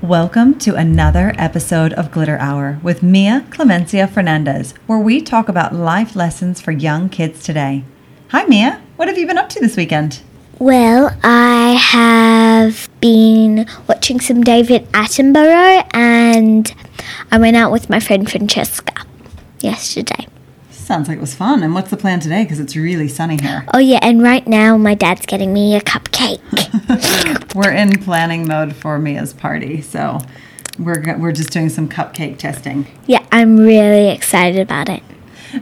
Welcome to another episode of Glitter Hour with Mia Clemencia Fernandez, where we talk about life lessons for young kids today. Hi, Mia. What have you been up to this weekend? Well, I have been watching some David Attenborough and I went out with my friend Francesca yesterday. Sounds like it was fun. And what's the plan today? Because it's really sunny here. Oh, yeah, and right now my dad's getting me a cupcake. We're in planning mode for Mia's party, so we're go- we're just doing some cupcake testing. yeah, I'm really excited about it.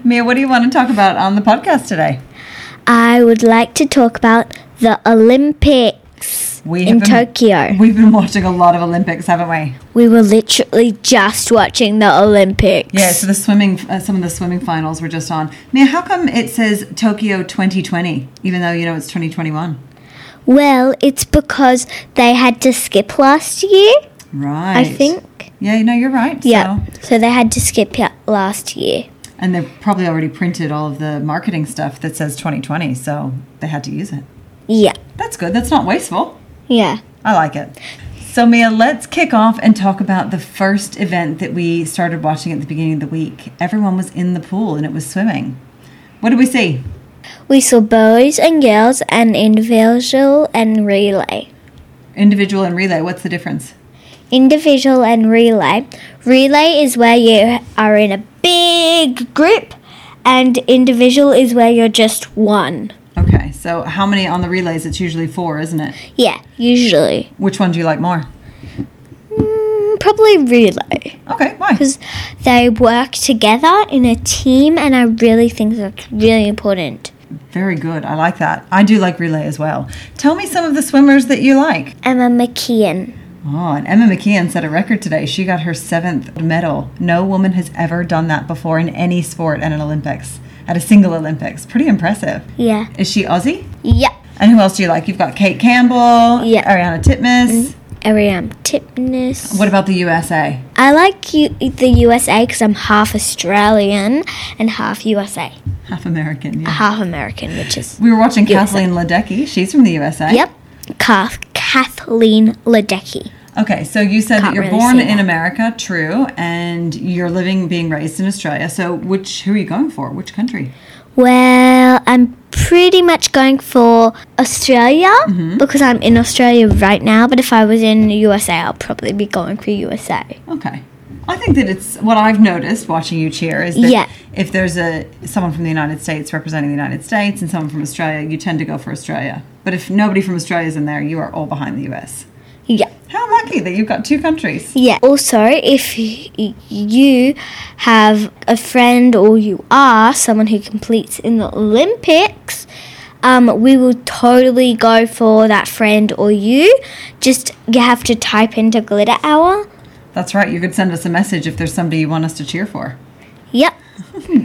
Mia, what do you want to talk about on the podcast today? I would like to talk about the Olympics We in have been- Tokyo. We've been watching a lot of Olympics, haven't we? We were literally just watching the Olympics. Yeah, so the swimming, uh, some of the swimming finals were just on. Mia, how come it says Tokyo 2020, even though you know it's 2021? Well, it's because they had to skip last year, Right. I think. Yeah, you know, you're right. Yeah. so- So, they had to skip it last year. and they've probably already printed all of the marketing stuff that says 2020, so they had to use it. Yeah. That's good. That's not wasteful. Yeah. I like it. So, Mia, let's kick off and talk about the first event that we started watching at the beginning of the week. Everyone was in the pool and it was swimming. What did we see? We saw boys and girls and individual and relay. Individual and relay. What's the difference? Individual and relay. Relay is where you are in a big group, and individual is where you're just one. Okay, so how many on the relays? It's usually four, isn't it? Yeah, usually. Which one do you like more? Mm, probably relay. Okay, why? Because they work together in a team, and I really think that's really important. Very good. I like that. I do like relay as well. Tell me some of the swimmers that you like. Emma McKeon. Oh, and Emma McKeon set a record today. She got her seventh medal. No woman has ever done that before in any sport at an Olympics, at a single Olympics. Pretty impressive. Yeah. Is she Aussie? Yep. And who else do you like? You've got Kate Campbell, Yeah. Mm-hmm. Ariana Titmus. Ariam um, Tipness. What about the USA? I like U- the USA because I'm half Australian and half USA, Half American. Yeah. half American, which is We were watching USA. Kathleen Ledecky. She's from the USA. yep. Kath- Kathleen Ledecky. Okay, so you said that Can't you're really born see in that. America, true, and you're living, being raised in Australia. So, which who are you going for? Which country? Well, I'm pretty much going for Australia because I'm in Australia right now. But if I was in the USA, I'll probably be going for USA. Okay, I think that it's what I've noticed watching you cheer is that Yeah. if there's a someone from the United States representing the United States and someone from Australia, you tend to go for Australia. But if nobody from Australia is in there, you are all behind the U.S. Yeah. How lucky that you've got two countries. Yeah. Also, if y- you have a friend or you are someone who completes in the Olympics, um, we will totally go for that friend or you. Just you have to type into Glitter Hour. That's right. You could send us a message if there's somebody you want us to cheer for. Hmm, Yep.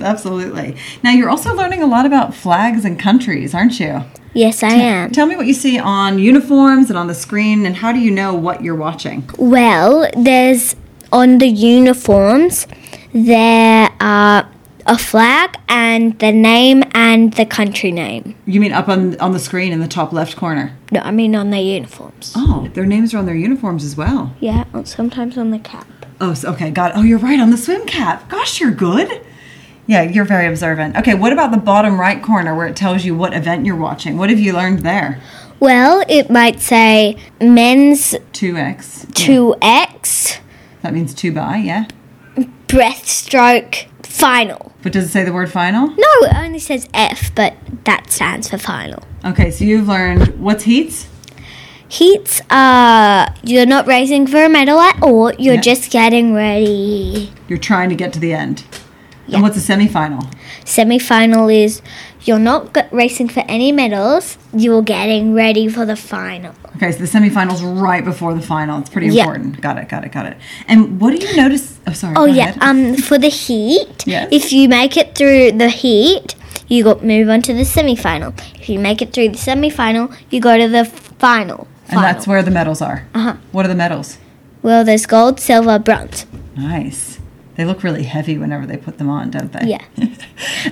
Absolutely. Now you're also learning a lot about flags and countries, aren't you? Yes, I am. Tell me what you see on uniforms and on the screen, and how do you know what you're watching? Well, there's on the uniforms, there are a flag and the name and the country name. You mean up on on the screen in the top left corner? No, I mean on their uniforms. Oh, their names are on their uniforms as well. Yeah, sometimes on the cap. Oh, so, okay, got. it. Oh, you're right on the swim cap. Gosh, you're good. Yeah, you're very observant. Okay, what about the bottom right corner where it tells you what event you're watching? What have you learned there? Well, it might say men's 2x. 2x That means two by, yeah. breaststroke final. But does it say the word final? No, it only says F, but that stands for final. Okay, so you've learned what's heats? Heats are you're not racing for a medal at all, you're Yeah. just getting ready. You're trying to get to the end. And what's a semifinal? Semi final is you're not g- racing for any medals, you're getting ready for the final. Okay, so the semifinals right before the final. It's pretty Yeah. important. Got it, got it, got it. And what do you notice? Oh, sorry. Oh go yeah, ahead. um, for the heat, Yes. if you make it through the heat, you go move on to the semi-final. If you make it through the semi-final, you go to the f- final. and final. that's where the medals are. Uh-huh. What are the medals? well, there's gold, silver, bronze. Nice. They look really heavy whenever they put them on, don't they? Yeah.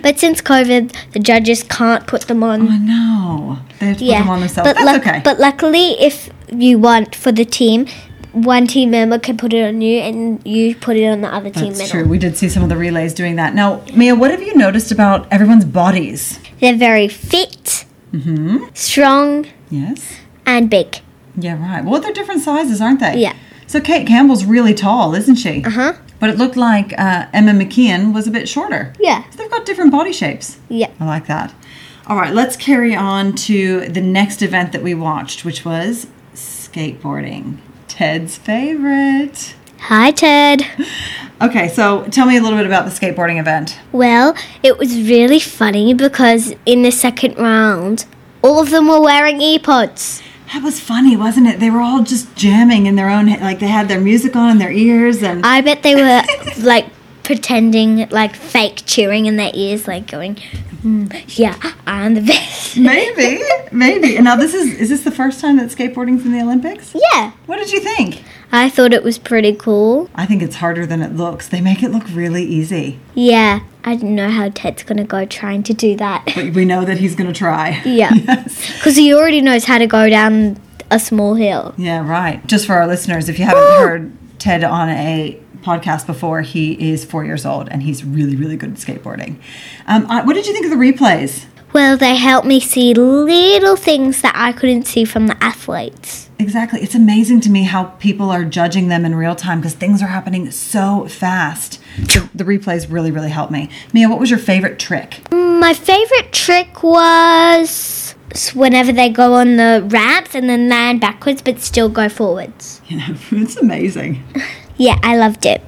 But since COVID, the judges can't put them on. I know. They have to Oh, put yeah, them on themselves. but That's luck- okay. but luckily, if you want for the team, one team member can put it on you and you put it on the other team That's member. true. We did see some of the relays doing that. Now, Mia, what have you noticed about everyone's bodies? They're very fit, Mm-hmm. strong, Yes. and big. Yeah, right. Well, they're different sizes, aren't they? Yeah. So Kate Campbell's really tall, isn't she? Uh Uh-huh. But it looked like uh, Emma McKeon was a bit shorter. Yeah. So they've got different body shapes. Yeah. I like that. All right, let's carry on to the next event that we watched, which was skateboarding. Ted's favorite. Hi, Ted. Okay, so tell me a little bit about the skateboarding event. Well, it was really funny because in the second round, all of them were wearing earpods. That was funny, wasn't it? They were all just jamming in their own, like they had their music on in their ears, and I bet they were like pretending, like fake cheering in their ears, like going, "Mm, "Yeah, I'm the best." maybe, maybe. Now this is—is this the first time that skateboarding's in the Olympics? Yeah, What did you think? I thought it was pretty cool. I think it's harder than it looks. They make it look really easy, Yeah, I didn't know how Ted's gonna go trying to do that but we know that he's going to try. Yeah. Yes. because he already knows how to go down a small hill. Yeah, right. Just for our listeners, if you haven't heard Ted on a podcast before, he is four years old and he's really, really good at skateboarding. Um, I, what did you think of the replays? Well, they helped me see little things that I couldn't see from the athletes. Exactly. It's amazing to me how people are judging them in real time because things are happening so fast. The, the replays really, really helped me. Mia, what was your favorite trick? My favorite trick was whenever they go on the ramps and then land backwards but still go forwards. You know, it's amazing. Yeah, I loved it.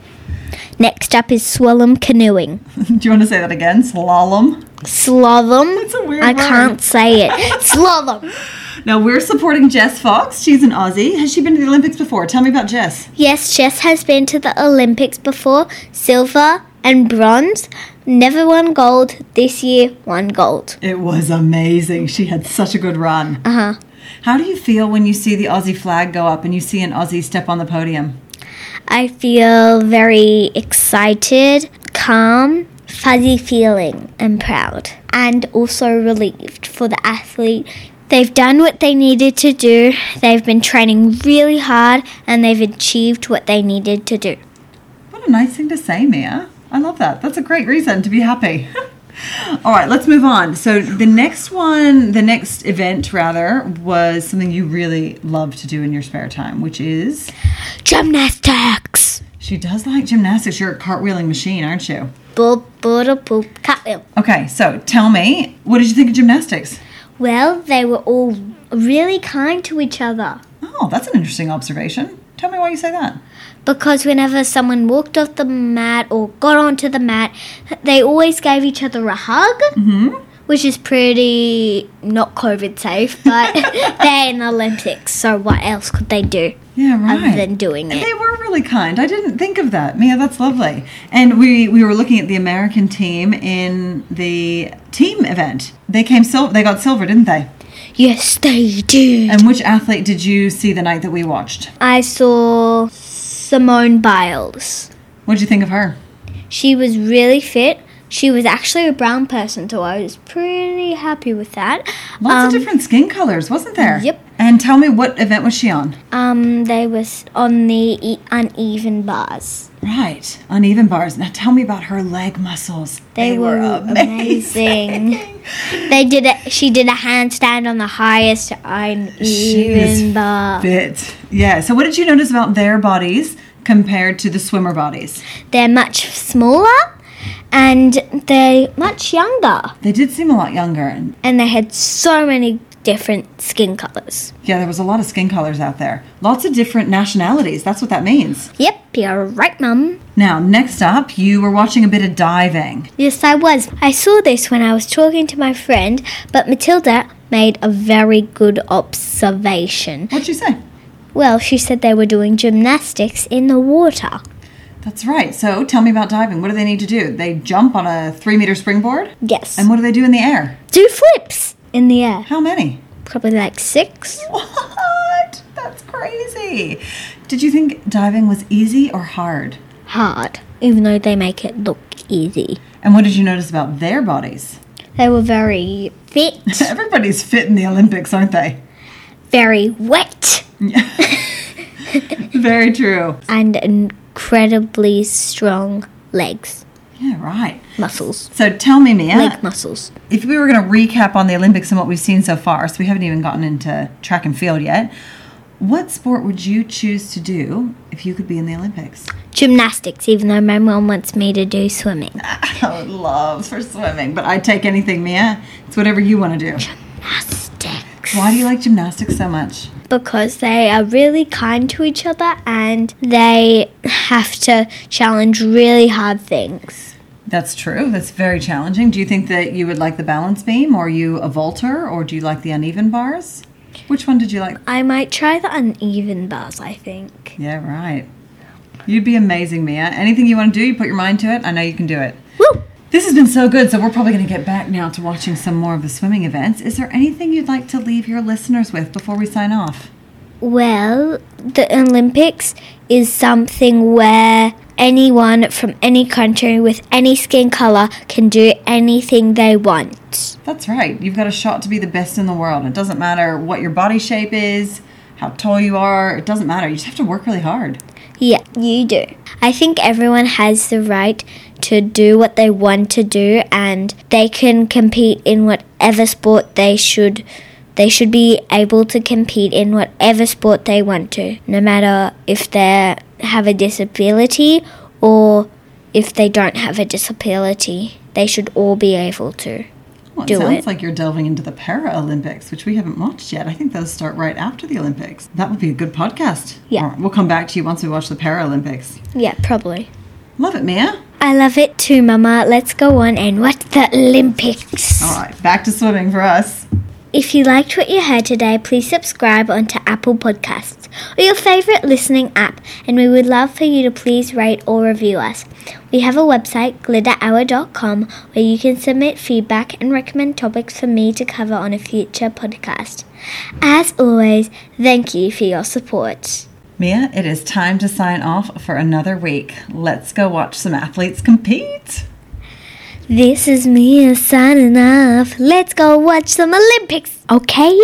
Next up is slalom canoeing. Do you want to say that again? Slalom. Slalom. It's a weird I word. can't say it. slalom. Now, we're supporting Jess Fox. She's an Aussie. Has she been to the Olympics before? Tell me about Jess. Yes, Jess has been to the Olympics before, silver and bronze. Never won gold. This year, won gold. It was amazing. She had such a good run. Uh Uh-huh. huh. How do you feel when you see the Aussie flag go up and you see an Aussie step on the podium? I feel very excited, calm, fuzzy feeling, and proud, and also relieved for the athlete. They've done what they needed to do, they've been training really hard, and they've achieved what they needed to do. What a nice thing to say, Mia. I love that. That's a great reason to be happy. All right, let's move on. So, the next one, the next event rather, was something you really love to do in your spare time, which is Gymnastics! she does like gymnastics. You're a cartwheeling machine, aren't you? Boop, boop, boop, cut Okay, so tell me, what did you think of gymnastics? Well, they were all really kind to each other. Oh, that's an interesting observation. Tell me why you say that. Because whenever someone walked off the mat or got onto the mat, they always gave each other a hug, Mm-hmm. which is pretty not COVID safe, but they're in the Olympics, so what else could they do Yeah, right. other than doing And it? They were really kind. I didn't think of that. Mia, that's lovely. And we, we were looking at the American team in the team event. They came sil- they got silver, didn't they? Yes, they do. And which athlete did you see the night that we watched? I saw Simone Biles. What did you think of her? She was really fit. She was actually a brown person, so I was pretty happy with that. Lots of different skin colors, wasn't there? Um, yep. And tell me what event was she on? Um, they was on the e- uneven bars. Right. Uneven bars. Now tell me about her leg muscles. They, were, amazing. they did a, She did a handstand on the highest She is uneven bar. fit. Yeah. So what did you notice about their bodies compared to the swimmer bodies? They're much smaller, and they're much younger, They did seem a lot younger, and and they had so many different skin colors. Yeah, there was a lot of skin colors out there. Lots of different nationalities. That's what that means. Yep, you're right, Mum. Now, next up, you were watching a bit of diving. Yes, I was. I saw this when I was talking to my friend, but Matilda made a very good observation. What'd you say? Well, she said they were doing gymnastics in the water. That's right. So, tell me about diving. What do they need to do? They jump on a three meter springboard? Yes. And what do they do in the air? Do flips in the air. How many? Probably like six. What? That's crazy. Did you think diving was easy or hard? Hard, even though they make it look easy. And what did you notice about their bodies? They were very fit, Everybody's fit in the Olympics, aren't they? very wet. Very true. and incredibly strong legs, Yeah, right. muscles, So tell me, Mia, leg muscles. if we were going to recap on the Olympics and what we've seen so far, so we haven't even gotten into track and field yet, what sport would you choose to do if you could be in the Olympics? Gymnastics, even though my mum wants me to do swimming. I would love for swimming, but I'd take anything, Mia. It's whatever you want to do. Gymnastics. Why do you like gymnastics so much? Because they are really kind to each other and they have to challenge really hard things. That's true. That's very challenging. Do you think that you would like the balance beam, or you a vaulter, or do you like the uneven bars? Which one did you like? I might try the uneven bars, I think. Yeah, right. You'd be amazing, Mia. Anything you want to do, you put your mind to it. I know you can do it. Woo! This has been so good, so we're probably going to get back now to watching some more of the swimming events. Is there anything you'd like to leave your listeners with before we sign off? Well, the Olympics is something where anyone from any country with any skin color can do anything they want. That's right. You've got a shot to be the best in the world. It doesn't matter what your body shape is, how tall you are, it doesn't matter. You just have to work really hard. Yeah, you do. I think everyone has the right to do what they want to do and they can compete in whatever sport they should they should be able to compete in whatever sport they want to, no matter if they have a disability or if they don't have a disability. They should all be able to. Well, it Do sounds it. like you're delving into the Paralympics, which we haven't watched yet. I think those start right after the Olympics. That would be a good podcast. Yeah. All right, we'll come back to you once we watch the Paralympics. Yeah, probably. Love it, Mia. I love it too, Mama. Let's go on and watch the Olympics. All right, back to swimming for us. If you liked what you heard today, please subscribe onto Apple Podcasts or your favorite listening app, and we would love for you to please rate or review us. We have a website, glitterhour.com, where you can submit feedback and recommend topics for me to cover on a future podcast. As always, thank you for your support. Mia, it is time to sign off for another week. Let's go watch some athletes compete. This is Mia signing off. Let's go watch some Olympics, okay?